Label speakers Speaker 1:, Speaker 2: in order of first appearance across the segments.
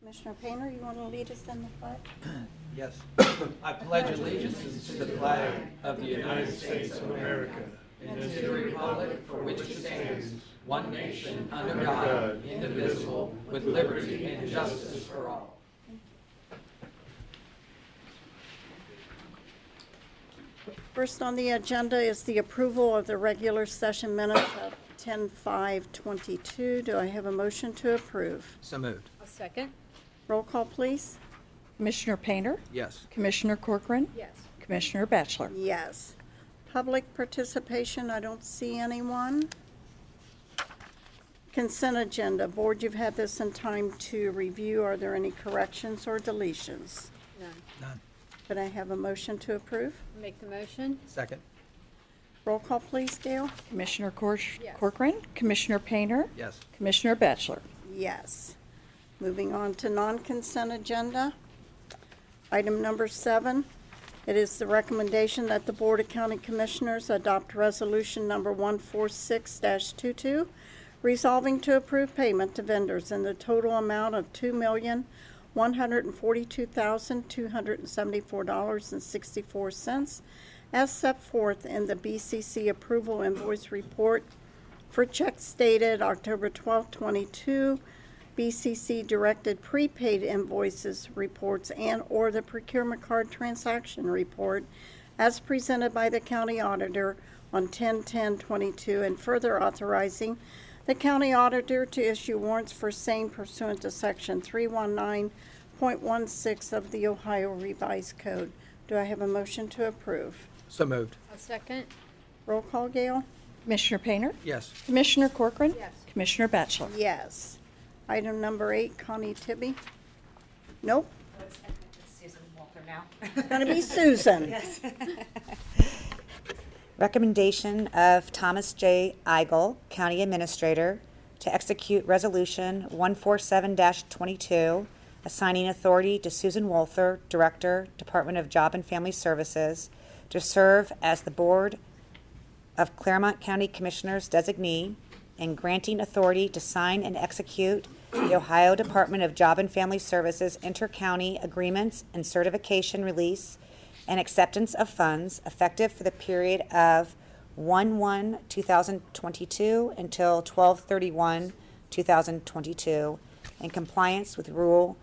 Speaker 1: Commissioner Painter, you want to lead us in the pledge?
Speaker 2: Yes. I pledge allegiance to the flag of the United States of America and to the republic for which it stands, one nation, under God, indivisible, with liberty and justice for all.
Speaker 1: First on the agenda is the approval of the regular session minutes of 10:5:22. Do I have a motion to approve?
Speaker 2: So moved.
Speaker 3: A second?
Speaker 1: Roll call, please.
Speaker 4: Commissioner Painter,
Speaker 2: Yes.
Speaker 4: Commissioner Corcoran,
Speaker 3: Yes.
Speaker 4: Commissioner Batchelor.
Speaker 1: Yes. Public participation, I don't see anyone. Consent agenda, Board, you've had this in time to review. Are there any corrections or deletions?
Speaker 3: None.
Speaker 2: None.
Speaker 1: Could I have a motion to approve?
Speaker 3: Make the motion?
Speaker 2: Second.
Speaker 1: Roll call, please, Gail.
Speaker 4: Commissioner Cor-
Speaker 3: Yes.
Speaker 4: Corcoran, Commissioner Painter,
Speaker 2: Yes.
Speaker 4: Commissioner Batchelor.
Speaker 1: Yes. Moving on to non-consent agenda. Item number seven, it is the recommendation that the Board of County Commissioners adopt Resolution Number 146-22, resolving to approve payment to vendors in the total amount of $2,142,274.64, as set forth in the BCC Approval Invoice Report for checks dated October 12, 22, BCC directed prepaid invoices, reports, and/or the procurement card transaction report as presented by the county auditor on 10/10/22, and further authorizing the county auditor to issue warrants for same pursuant to Section 319.16 of the Ohio Revised Code. Do I have a motion to approve?
Speaker 2: So moved.
Speaker 3: A second?
Speaker 1: Roll call, Gail?
Speaker 4: Commissioner Painter,
Speaker 2: Yes.
Speaker 4: Commissioner Corcoran,
Speaker 3: Yes.
Speaker 4: Commissioner Batchelor.
Speaker 1: Yes. Item number eight, Connie Tibby? Nope,
Speaker 5: Let's end it with Susan Walter now.
Speaker 1: gonna be Susan.
Speaker 5: Yes. Recommendation of Thomas J. Eigel, County Administrator, to execute Resolution 147-22, assigning authority to Susan Walther, Director, Department of Job and Family Services, to serve as the Board of Claremont County Commissioners designee and granting authority to sign and execute the Ohio Department of Job and Family Services inter-county agreements and certification release and acceptance of funds effective for the period of 1/1/2022 until 12/31/2022 in compliance with Rule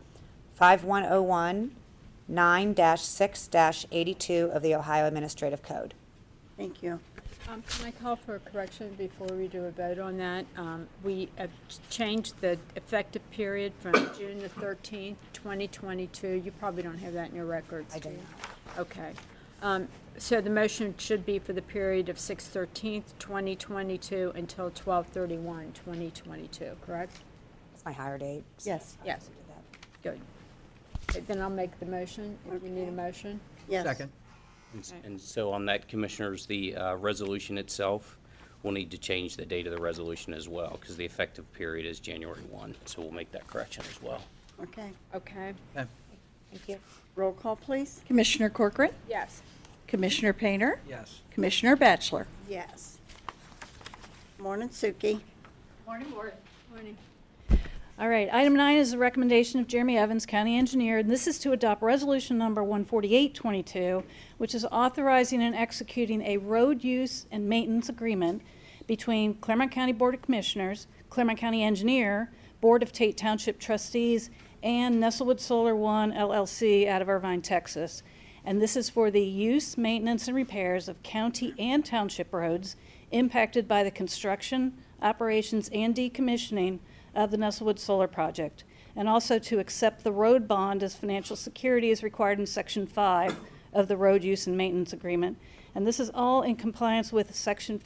Speaker 5: 5101 9-6-82 of the Ohio Administrative Code.
Speaker 1: Thank you.
Speaker 3: Um, can I call for a correction before we do a vote on that? Um, we have changed the effective period from June the thirteenth, twenty twenty-two. You probably don't have that in your records,
Speaker 5: I
Speaker 3: do
Speaker 5: do
Speaker 3: you? Okay. Um, so the motion should be for the period of six thirteenth, twenty twenty-two until twelve thirty-one, twenty twenty-two, correct?
Speaker 5: It's my higher date. so-
Speaker 4: Yes.
Speaker 3: Yes, good. Okay, Then I'll make the motion, if you need a motion.
Speaker 1: Yes.
Speaker 6: And s- And so on that, Commissioners, the uh, resolution itself, we'll need to change the date of the resolution as well, because the effective period is January 1, so we'll make that correction as well.
Speaker 1: Okay.
Speaker 3: Okay,
Speaker 5: Thank you.
Speaker 1: Roll call, please.
Speaker 4: Commissioner Corcoran,
Speaker 3: yes.
Speaker 4: Commissioner Painter,
Speaker 2: Yes.
Speaker 4: Commissioner Batchelor.
Speaker 1: Yes. Morning, Suki.
Speaker 3: Morning, Morning. Morning.
Speaker 7: All right, item nine is a recommendation of Jeremy Evans, County Engineer, and this is to adopt Resolution Number 14822, which is authorizing and executing a road use and maintenance agreement between Claremont County Board of Commissioners, Claremont County Engineer, Board of Tate Township Trustees, and Nestlewood Solar One LLC out of Irvine, Texas. And this is for the use, maintenance, and repairs of county and township roads impacted by the construction, operations, and decommissioning of the Nestlewood Solar Project. And also to accept the road bond as financial security as required in Section 5 of the Road Use and Maintenance Agreement. And this is all in compliance with Section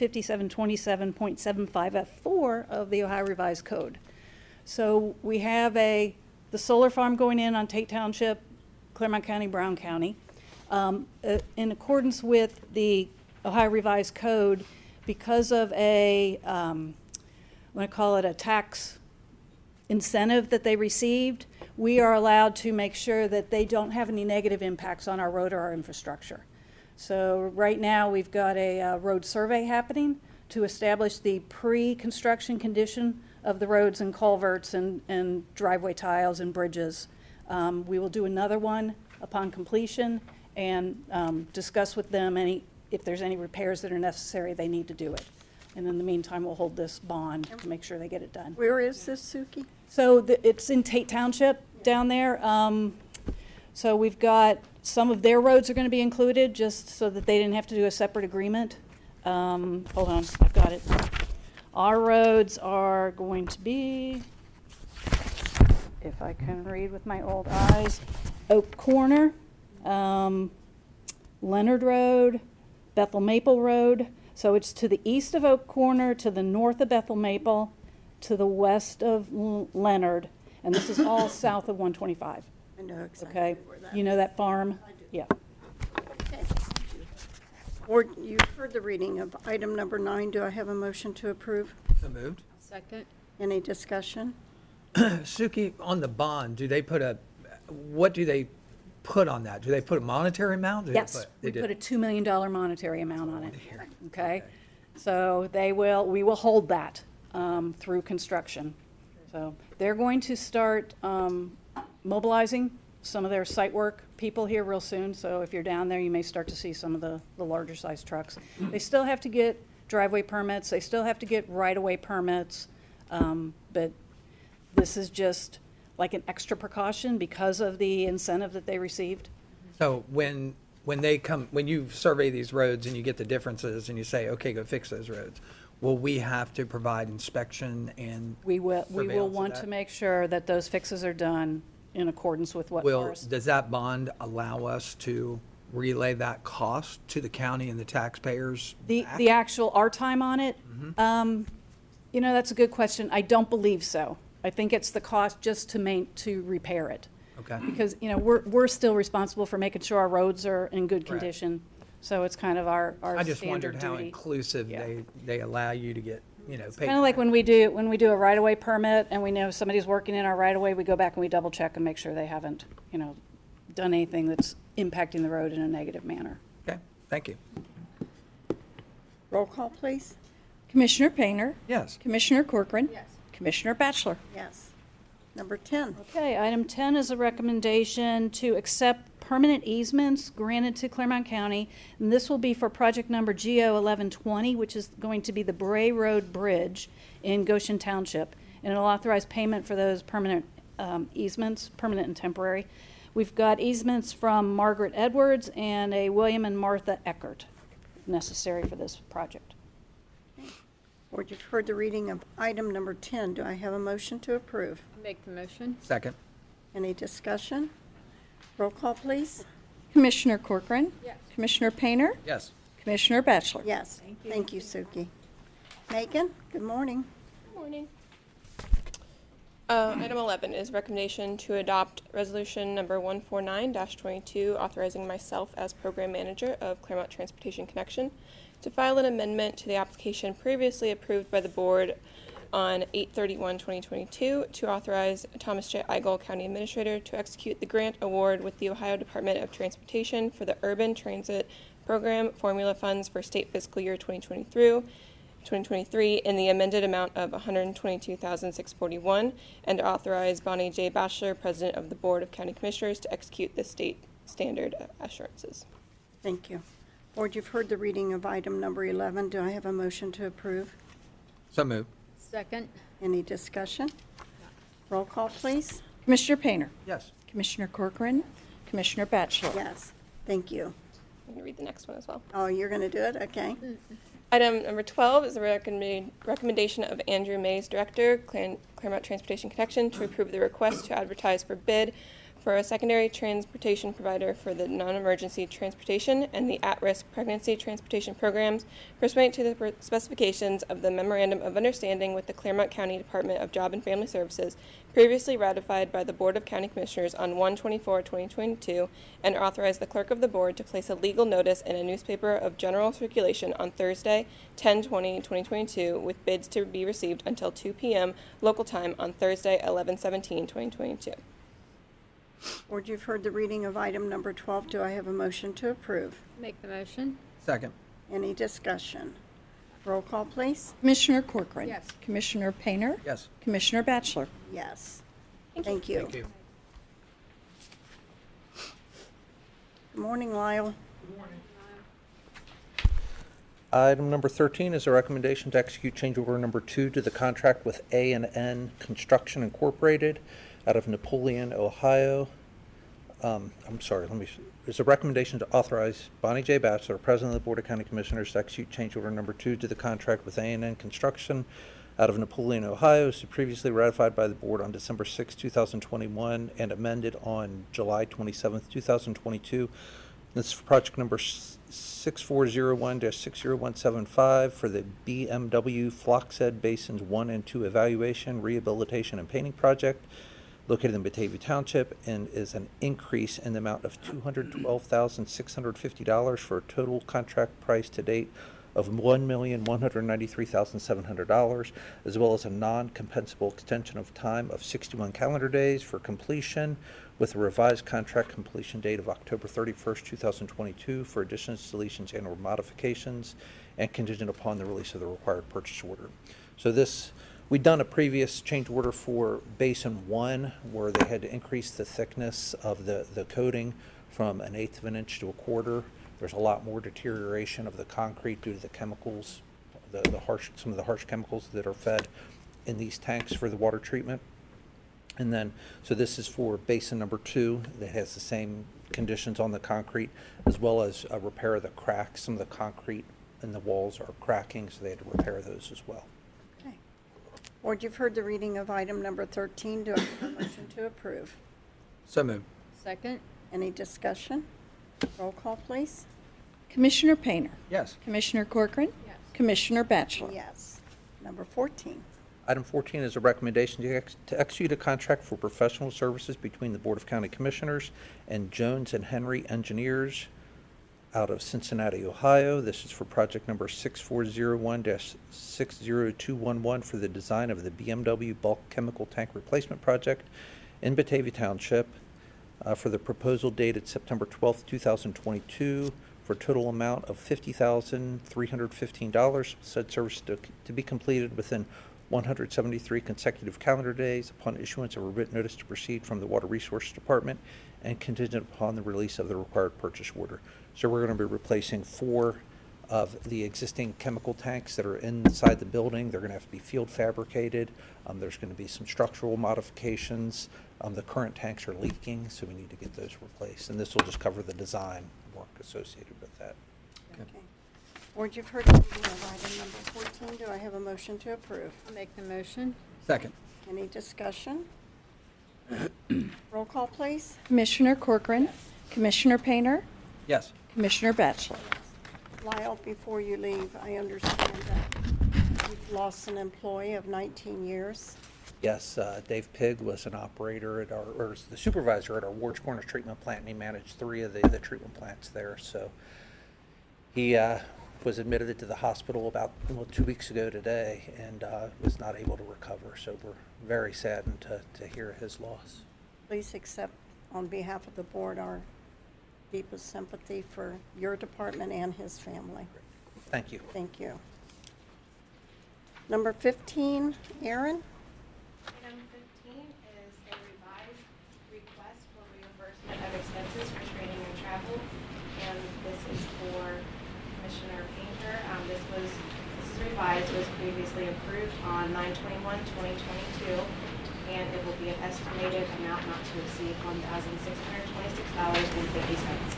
Speaker 7: 5727.75F4 of the Ohio Revised Code. So we have a, the solar farm going in on Tate Township, Claremont County, Brown County. Um, uh, In accordance with the Ohio Revised Code, because of a, um, I'm going to call it a tax incentive that they received, we are allowed to make sure that they don't have any negative impacts on our road or our infrastructure. So right now, we've got a uh, road survey happening to establish the pre-construction condition of the roads and culverts and, and driveway tiles and bridges. Um, We will do another one upon completion and um, discuss with them any, if there's any repairs that are necessary, they need to do it. And in the meantime, we'll hold this bond to make sure they get it done.
Speaker 1: Where is this, Suki?
Speaker 7: So the- it's in Tate Township down there. Um, So we've got, some of their roads are going to be included, just so that they didn't have to do a separate agreement. Um, Hold on, I've got it. Our roads are going to be, if I can read with my old eyes, Oak Corner, um, Leonard Road, Bethel Maple Road. So it's to the east of Oak Corner, to the north of Bethel Maple, to the west of L- Leonard, and this is all south of 125,
Speaker 1: I know exactly
Speaker 7: okay?
Speaker 1: where that
Speaker 7: You know that farm? Yeah.
Speaker 1: Or you've heard the reading of item number nine. Do I have a motion to approve?
Speaker 2: So moved.
Speaker 3: Second?
Speaker 1: Any discussion?
Speaker 2: Suki, on the bond, do they put a, what do they put on that? Do they put a monetary amount? Do they
Speaker 7: Yes,
Speaker 2: put- they
Speaker 7: we
Speaker 2: did.
Speaker 7: put a $2 million monetary amount on it, okay? So they will, we will hold that um, through construction. So they're going to start um, mobilizing some of their site work people here real soon, so if you're down there, you may start to see some of the, the larger sized trucks. They still have to get driveway permits, they still have to get right-of-way permits, um, but this is just like an extra precaution because of the incentive that they received.
Speaker 2: So when, when they come, when you survey these roads and you get the differences and you say, okay, go fix those roads, will we have to provide inspection and?
Speaker 7: We will, we
Speaker 2: surveillance
Speaker 7: will
Speaker 2: of
Speaker 7: want
Speaker 2: that?
Speaker 7: to make sure that those fixes are done in accordance with what
Speaker 2: Will,
Speaker 7: Forest-
Speaker 2: does that bond allow us to relay that cost to the county and the taxpayers?
Speaker 7: the,
Speaker 2: back?
Speaker 7: the actual, our time on it?
Speaker 2: Mm-hmm.
Speaker 7: Um, You know, that's a good question. I don't believe so. I think it's the cost just to main, to repair it.
Speaker 2: Okay.
Speaker 7: Because, you know, we're, we're still responsible for making sure our roads are in good
Speaker 2: Correct.
Speaker 7: condition. So it's kind of our, our
Speaker 2: I just
Speaker 7: standard
Speaker 2: wondered how
Speaker 7: duty.
Speaker 2: inclusive
Speaker 7: Yeah.
Speaker 2: they, they allow you to get, you know, paid.
Speaker 7: Kind of like when we do, when we do a right-of-way permit and we know somebody's working in our right-of-way, we go back and we double-check and make sure they haven't, you know, done anything that's impacting the road in a negative manner.
Speaker 2: Okay, thank you.
Speaker 1: Roll call, please.
Speaker 4: Commissioner Painter?
Speaker 2: Yes.
Speaker 4: Commissioner Corcoran? Yes. Commissioner Batchelor?
Speaker 1: Yes. Number 10.
Speaker 7: Okay, item 10 is a recommendation to accept permanent easements granted to Claremont County. And this will be for project number GO 1120, which is going to be the Bray Road Bridge in Goshen Township. And it'll authorize payment for those permanent um, easements, permanent and temporary. We've got easements from Margaret Edwards and a William and Martha Eckert necessary for this project.
Speaker 1: Or you've heard the reading of item number 10. Do I have a motion to approve?
Speaker 3: Make the motion?
Speaker 2: Second.
Speaker 1: Any discussion? Roll call, please.
Speaker 4: Commissioner Corcoran?
Speaker 3: Yes.
Speaker 4: Commissioner Painter?
Speaker 2: Yes.
Speaker 4: Commissioner Batchelor?
Speaker 1: Yes. Thank you, Suki. Megan, good morning.
Speaker 8: Morning. Uh, Item 11 is recommendation to adopt resolution number 149-22, authorizing myself as program manager of Claremont Transportation Connection to file an amendment to the application previously approved by the board on 8/31/2022 to authorize Thomas J. Eigel, County Administrator, to execute the grant award with the Ohio Department of Transportation for the Urban Transit Program Formula Funds for State Fiscal Year 2020 through 2023 in the amended amount of 122641 and to authorize Bonnie J. Bachelor, President of the Board of County Commissioners, to execute the state standard assurances.
Speaker 1: Thank you. Board, you've heard the reading of item number 11. Do I have a motion to approve?
Speaker 2: So moved.
Speaker 3: Second?
Speaker 1: Any discussion? Roll call, please.
Speaker 4: Commissioner Painter?
Speaker 2: Yes.
Speaker 4: Commissioner Corcoran? Commissioner Batchelor?
Speaker 1: Yes. Thank you.
Speaker 8: I'm going to read the next one as well.
Speaker 1: Oh, you're going to do it? Okay.
Speaker 8: Item number 12 is a recommend- recommendation of Andrew Mays, Director, Clar- Claremont Transportation Connection, to approve the request to advertise for bid for a secondary transportation provider for the non-emergency transportation and the at-risk pregnancy transportation programs pursuant to the per- specifications of the Memorandum of Understanding with the Claremont County Department of Job and Family Services previously ratified by the Board of County Commissioners on 1/24/2022 and authorize the clerk of the board to place a legal notice in a newspaper of general circulation on Thursday, 10/20/2022, with bids to be received until 2 p.m. local time on Thursday, 11/17/2022.
Speaker 1: Board, you've heard the reading of item number 12. Do I have a motion to approve?
Speaker 3: Make the motion?
Speaker 2: Second.
Speaker 1: Any discussion? Roll call, please.
Speaker 4: Commissioner Corcoran.
Speaker 3: Yes.
Speaker 4: Commissioner Painter.
Speaker 2: Yes.
Speaker 4: Commissioner Batchelor.
Speaker 1: Yes. Thank you.
Speaker 2: Thank you.
Speaker 1: Good morning, Lyle.
Speaker 9: Item number 13 is a recommendation to execute change order number two to the contract with a and N Construction Incorporated out of Napoleon, Ohio. Um, I'm sorry, let me, it's a recommendation to authorize Bonnie J. Bachelor, President of the Board of County Commissioners, to execute change order number two to the contract with a and N Construction out of Napoleon, Ohio, as previously ratified by the board on December 6, 2021, and amended on July 27, 2022, this is for project number s- 6401-60175 for the BMW Floxhead Basins 1 and 2 Evaluation, Rehabilitation, and Painting Project located in Batavia Township and is an increase in the amount of $212,650 for a total contract price to date of $1,193,700, as well as a non-compensable extension of time of 61 calendar days for completion with a revised contract completion date of October 31st, 2022 for additions, deletions, and/or modifications and contingent upon the release of the required purchase order. So this, we'd done a previous change order for Basin 1 where they had to increase the thickness of the, the coating from an eighth of an inch to a quarter. There's a lot more deterioration of the concrete due to the chemicals, the, the harsh, some of the harsh chemicals that are fed in these tanks for the water treatment. And then, so this is for basin number two that has the same conditions on the concrete, as well as a repair of the cracks. Some of the concrete in the walls are cracking, so they had to repair those as well.
Speaker 1: Okay. Board, you've heard the reading of item number 13. Do I have a motion to approve?
Speaker 2: So moved.
Speaker 3: Second?
Speaker 1: Any discussion? Roll call, please.
Speaker 4: Commissioner Painter.
Speaker 2: Yes.
Speaker 4: Commissioner Corcoran.
Speaker 3: Yes.
Speaker 4: Commissioner Batchelor.
Speaker 1: Yes. Number 14.
Speaker 9: Item 14 is a recommendation to ex- to execute a contract for professional services between the Board of County Commissioners and Jones and Henry Engineers out of Cincinnati, Ohio. This is for project number 6401-60211 for the design of the BMW Bulk Chemical Tank Replacement Project in Batavia Township uh, for the proposal dated September 12th, 2022, for a total amount of $50,315. Said service to to be completed within 173 consecutive calendar days upon issuance of a written notice to proceed from the Water Resource Department and contingent upon the release of the required purchase order. So we're going to be replacing four of the existing chemical tanks that are inside the building. They're going to have to be field fabricated. Um, There's going to be some structural modifications. Um, The current tanks are leaking, so we need to get those replaced. And this will just cover the design work associated with that.
Speaker 1: Okay. Board, you've heard the reading of item number 14. Do I have a motion to approve?
Speaker 3: I'll make the motion.
Speaker 2: Second.
Speaker 1: Any discussion? Roll call, please.
Speaker 4: Commissioner Corcoran. Commissioner Painter.
Speaker 2: Yes.
Speaker 4: Commissioner Batchelor.
Speaker 1: Lyle, before you leave, I understand that you've lost an employee of 19 years.
Speaker 9: Yes, uh, Dave Pig was an operator at our, or is the supervisor at our Ward's Corners Treatment Plant, and he managed three of the, the treatment plants there. So he uh, was admitted to the hospital about, well, two weeks ago today and uh, was not able to recover. So we're very saddened to, to hear his loss.
Speaker 1: Please accept on behalf of the board our deepest sympathy for your department and his family.
Speaker 9: Thank you.
Speaker 1: Thank you. Number 15, Aaron?
Speaker 10: Item fifteen is a revised request for reimbursement of expenses for training and travel. And this is for Commissioner Painter. Um, this was, this is revised, It was previously approved on 9/21, 2022, And it will be an estimated amount not to exceed one thousand six hundred twenty-six dollars and fifty cents.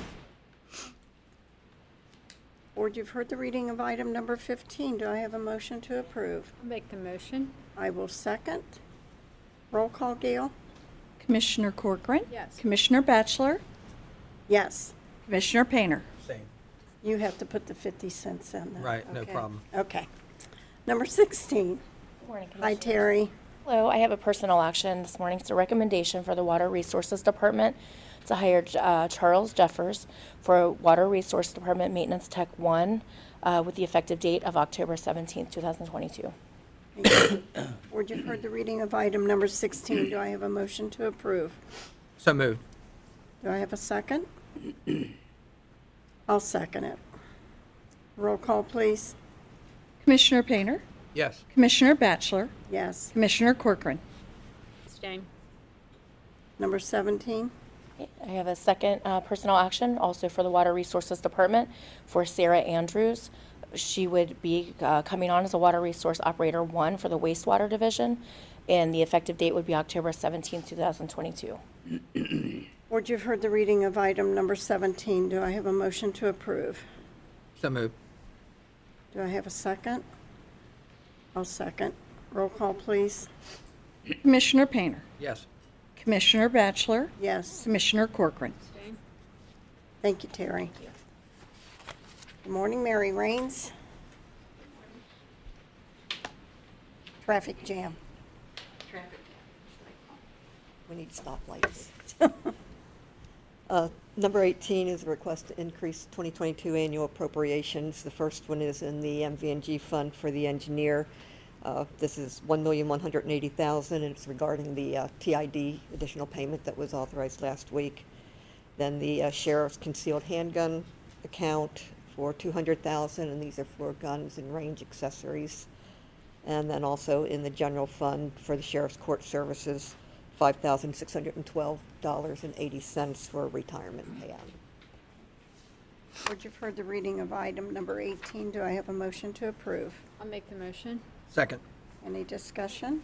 Speaker 1: Board, you've heard the reading of item number 15. Do I have a motion to approve?
Speaker 3: I'll make the motion.
Speaker 1: I will second. Roll call, Gail?
Speaker 4: Commissioner Corcoran.
Speaker 3: Yes.
Speaker 4: Commissioner Batchelor.
Speaker 1: Yes.
Speaker 4: Commissioner Painter.
Speaker 2: Same.
Speaker 1: You have to put the 50 cents in there.
Speaker 2: Right, no
Speaker 1: Okay.
Speaker 2: problem.
Speaker 1: Okay. Number 16.
Speaker 10: Morning,
Speaker 1: Hi, Terry.
Speaker 10: Hello, I have a personal action this morning. It's a recommendation for the Water Resources Department to hire uh, Charles Jeffers for Water Resource Department Maintenance Tech 1 uh, with the effective date of October 17th, 2022.
Speaker 1: Board, you've heard the reading of item number 16. Do I have a motion to approve?
Speaker 2: So moved.
Speaker 1: Do I have a second? I'll second it. Roll call, please.
Speaker 4: Commissioner Painter,
Speaker 9: Yes.
Speaker 4: Commissioner Batchelor,
Speaker 1: Yes.
Speaker 4: Commissioner Corcoran.
Speaker 3: Abstain.
Speaker 1: Number 17,
Speaker 11: I have a second uh, personnel action, also for the Water Resources Department, for Sarah Andrews. She would be uh, coming on as a Water Resource Operator One for the wastewater division, and the effective date would be October 17, 2022.
Speaker 1: Board, you've heard the reading of item number 17. Do I have a motion to approve?
Speaker 2: So moved.
Speaker 1: Do I have a second? I'll second. Roll call, please.
Speaker 4: Commissioner Painter,
Speaker 2: Yes.
Speaker 4: Commissioner Batchelor,
Speaker 1: Yes.
Speaker 4: Commissioner Corcoran.
Speaker 1: Thank you, Terry. Good morning, Mary Rains. Traffic jam.
Speaker 12: We need stoplights. Uh, Number 18 is a request to increase 2022 annual appropriations. The first one is in the MVNG fund for the engineer. Uh, This is 1180000 and it's regarding the uh, TID additional payment that was authorized last week. Then the uh, sheriff's concealed handgun account for 200000 and these are for guns and range accessories. And then also in the general fund for the sheriff's court services, five thousand six hundred and twelve dollars and eighty cents for a retirement payout.
Speaker 1: Board, you've heard the reading of item number 18. Do I have a motion to approve?
Speaker 3: I'll make the motion.
Speaker 2: Second.
Speaker 1: Any discussion?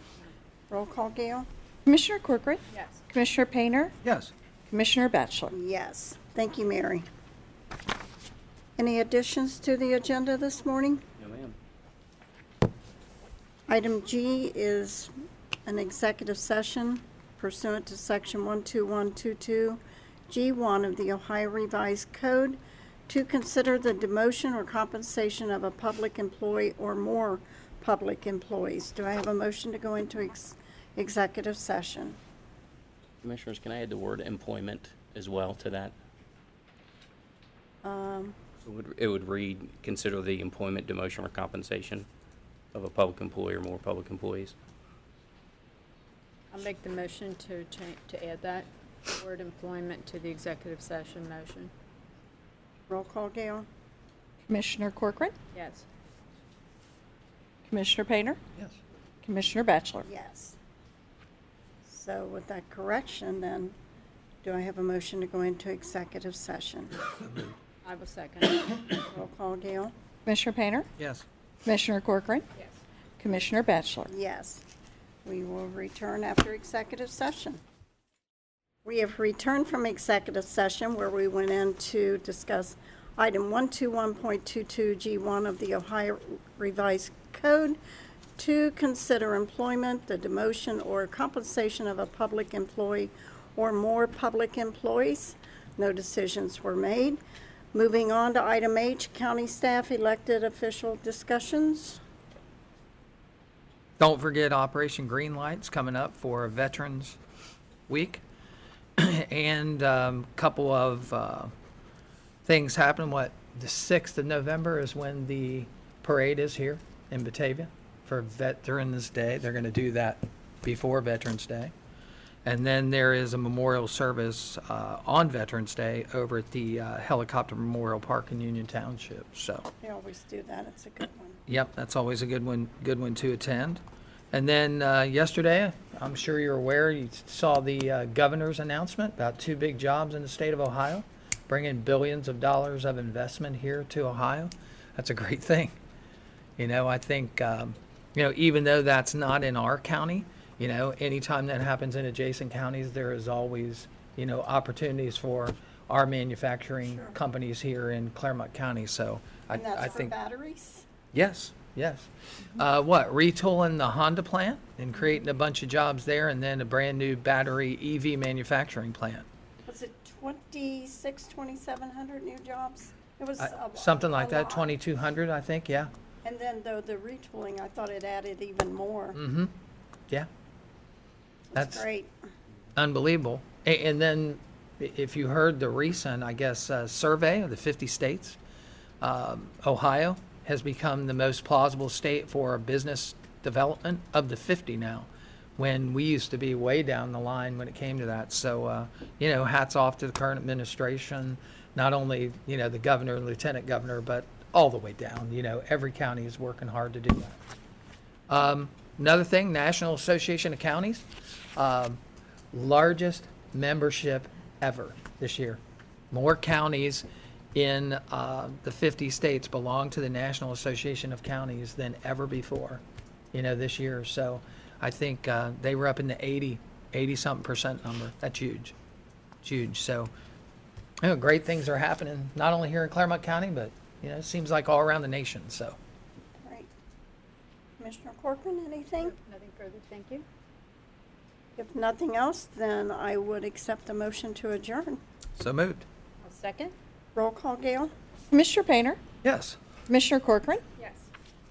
Speaker 1: Roll call, Gail?
Speaker 4: Commissioner Corcoran,
Speaker 3: Yes.
Speaker 4: Commissioner Painter,
Speaker 2: Yes.
Speaker 4: Commissioner Batchelor.
Speaker 1: Yes. Thank you, Mary. Any additions to the agenda this morning?
Speaker 6: No, ma'am.
Speaker 1: Item G is an executive session pursuant to Section 12122G1 of the Ohio Revised Code to consider the demotion or compensation of a public employee or more public employees. Do I have a motion to go into ex- executive session?
Speaker 6: Commissioners, can I add the word employment as well to that?
Speaker 1: Um,
Speaker 6: So it would- It would read, consider the employment, demotion, or compensation of a public employee or more public employees.
Speaker 3: I'll make the motion to change, to add that word employment to the executive session motion.
Speaker 1: Roll call, Gail?
Speaker 4: Commissioner Corcoran,
Speaker 3: Yes.
Speaker 4: Commissioner Painter,
Speaker 2: Yes.
Speaker 4: Commissioner Batchelor.
Speaker 1: Yes. So with that correction, then, do I have a motion to go into executive session?
Speaker 3: I will second.
Speaker 1: Roll call, Gail?
Speaker 4: Commissioner Painter,
Speaker 2: Yes.
Speaker 4: Commissioner Corcoran,
Speaker 3: Yes.
Speaker 4: Commissioner Batchelor.
Speaker 1: Yes. We will return after executive session. We have returned from executive session where we went in to discuss item 121.22G1 of the Ohio Revised Code to consider employment, the demotion or compensation of a public employee or more public employees. No decisions were made. Moving on to item H, county staff elected official discussions.
Speaker 2: Don't forget Operation Green Light's coming up for Veterans Week. And a couple of uh, things happen. What, the 6th of November is when the parade is here in Batavia for Veterans Day. They're going to do that before Veterans Day. And then there is a memorial service uh, on Veterans Day over at the uh, Helicopter Memorial Park in Union Township, so.
Speaker 1: They always do that. It's a good one.
Speaker 2: Yep, that's always a good one, good one to attend. And then uh, yesterday, I'm sure you're aware, you saw the uh, governor's announcement about two big jobs in the state of Ohio, bringing billions of dollars of investment here to Ohio. That's a great thing. You know, I think, um, you know, even though that's not in our county, you know, anytime that happens in adjacent counties, there is always, you know, opportunities for our manufacturing companies here in Claremont County. So I,
Speaker 1: And
Speaker 2: I
Speaker 1: that's for
Speaker 2: think.
Speaker 1: batteries?
Speaker 2: Yes, yes. Uh, what, retooling the Honda plant and creating a bunch of jobs there and then a brand new battery EV manufacturing plant?
Speaker 1: Was it twenty-six, twenty-seven hundred new jobs? It was
Speaker 2: I-
Speaker 1: a lo-
Speaker 2: Something
Speaker 1: a
Speaker 2: like that,
Speaker 1: lot.
Speaker 2: twenty-two hundred, I think, yeah,
Speaker 1: And then though the retooling, I thought it added even more.
Speaker 2: Mm-hmm. yeah.
Speaker 1: That's
Speaker 2: Mm, That's
Speaker 1: great.
Speaker 2: unbelievable. A- And then i- if you heard the recent, I guess, uh, survey of the fifty states, um, Ohio has become the most plausible state for business development of the 50 now, when we used to be way down the line when it came to that. So, uh, you know, hats off to the current administration, not only, you know, the governor and lieutenant governor, but all the way down. You know, every county is working hard to do that. Um, Another thing, National Association of Counties, um, largest membership ever this year. More counties in uh, the 50 states belong to the National Association of Counties than ever before, you know, this year. So I think uh, they were up in the 80, 80-something percent number. That's huge. It's huge. So, you know, great things are happening, not only here in Claremont County, but, you know, it seems like all around the nation, so.
Speaker 1: Right. Commissioner Corcoran, anything?
Speaker 13: Nothing further, thank you.
Speaker 1: If nothing else, then I would accept the motion to adjourn.
Speaker 2: So moved.
Speaker 13: I'll second.
Speaker 1: Roll call, Gail?
Speaker 4: Commissioner Painter?
Speaker 2: Yes.
Speaker 4: Commissioner Corcoran?
Speaker 13: Yes.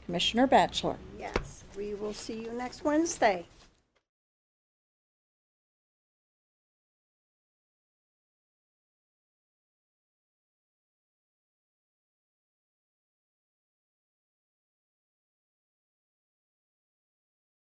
Speaker 4: Commissioner Batchelor?
Speaker 1: Yes. We will see you next Wednesday.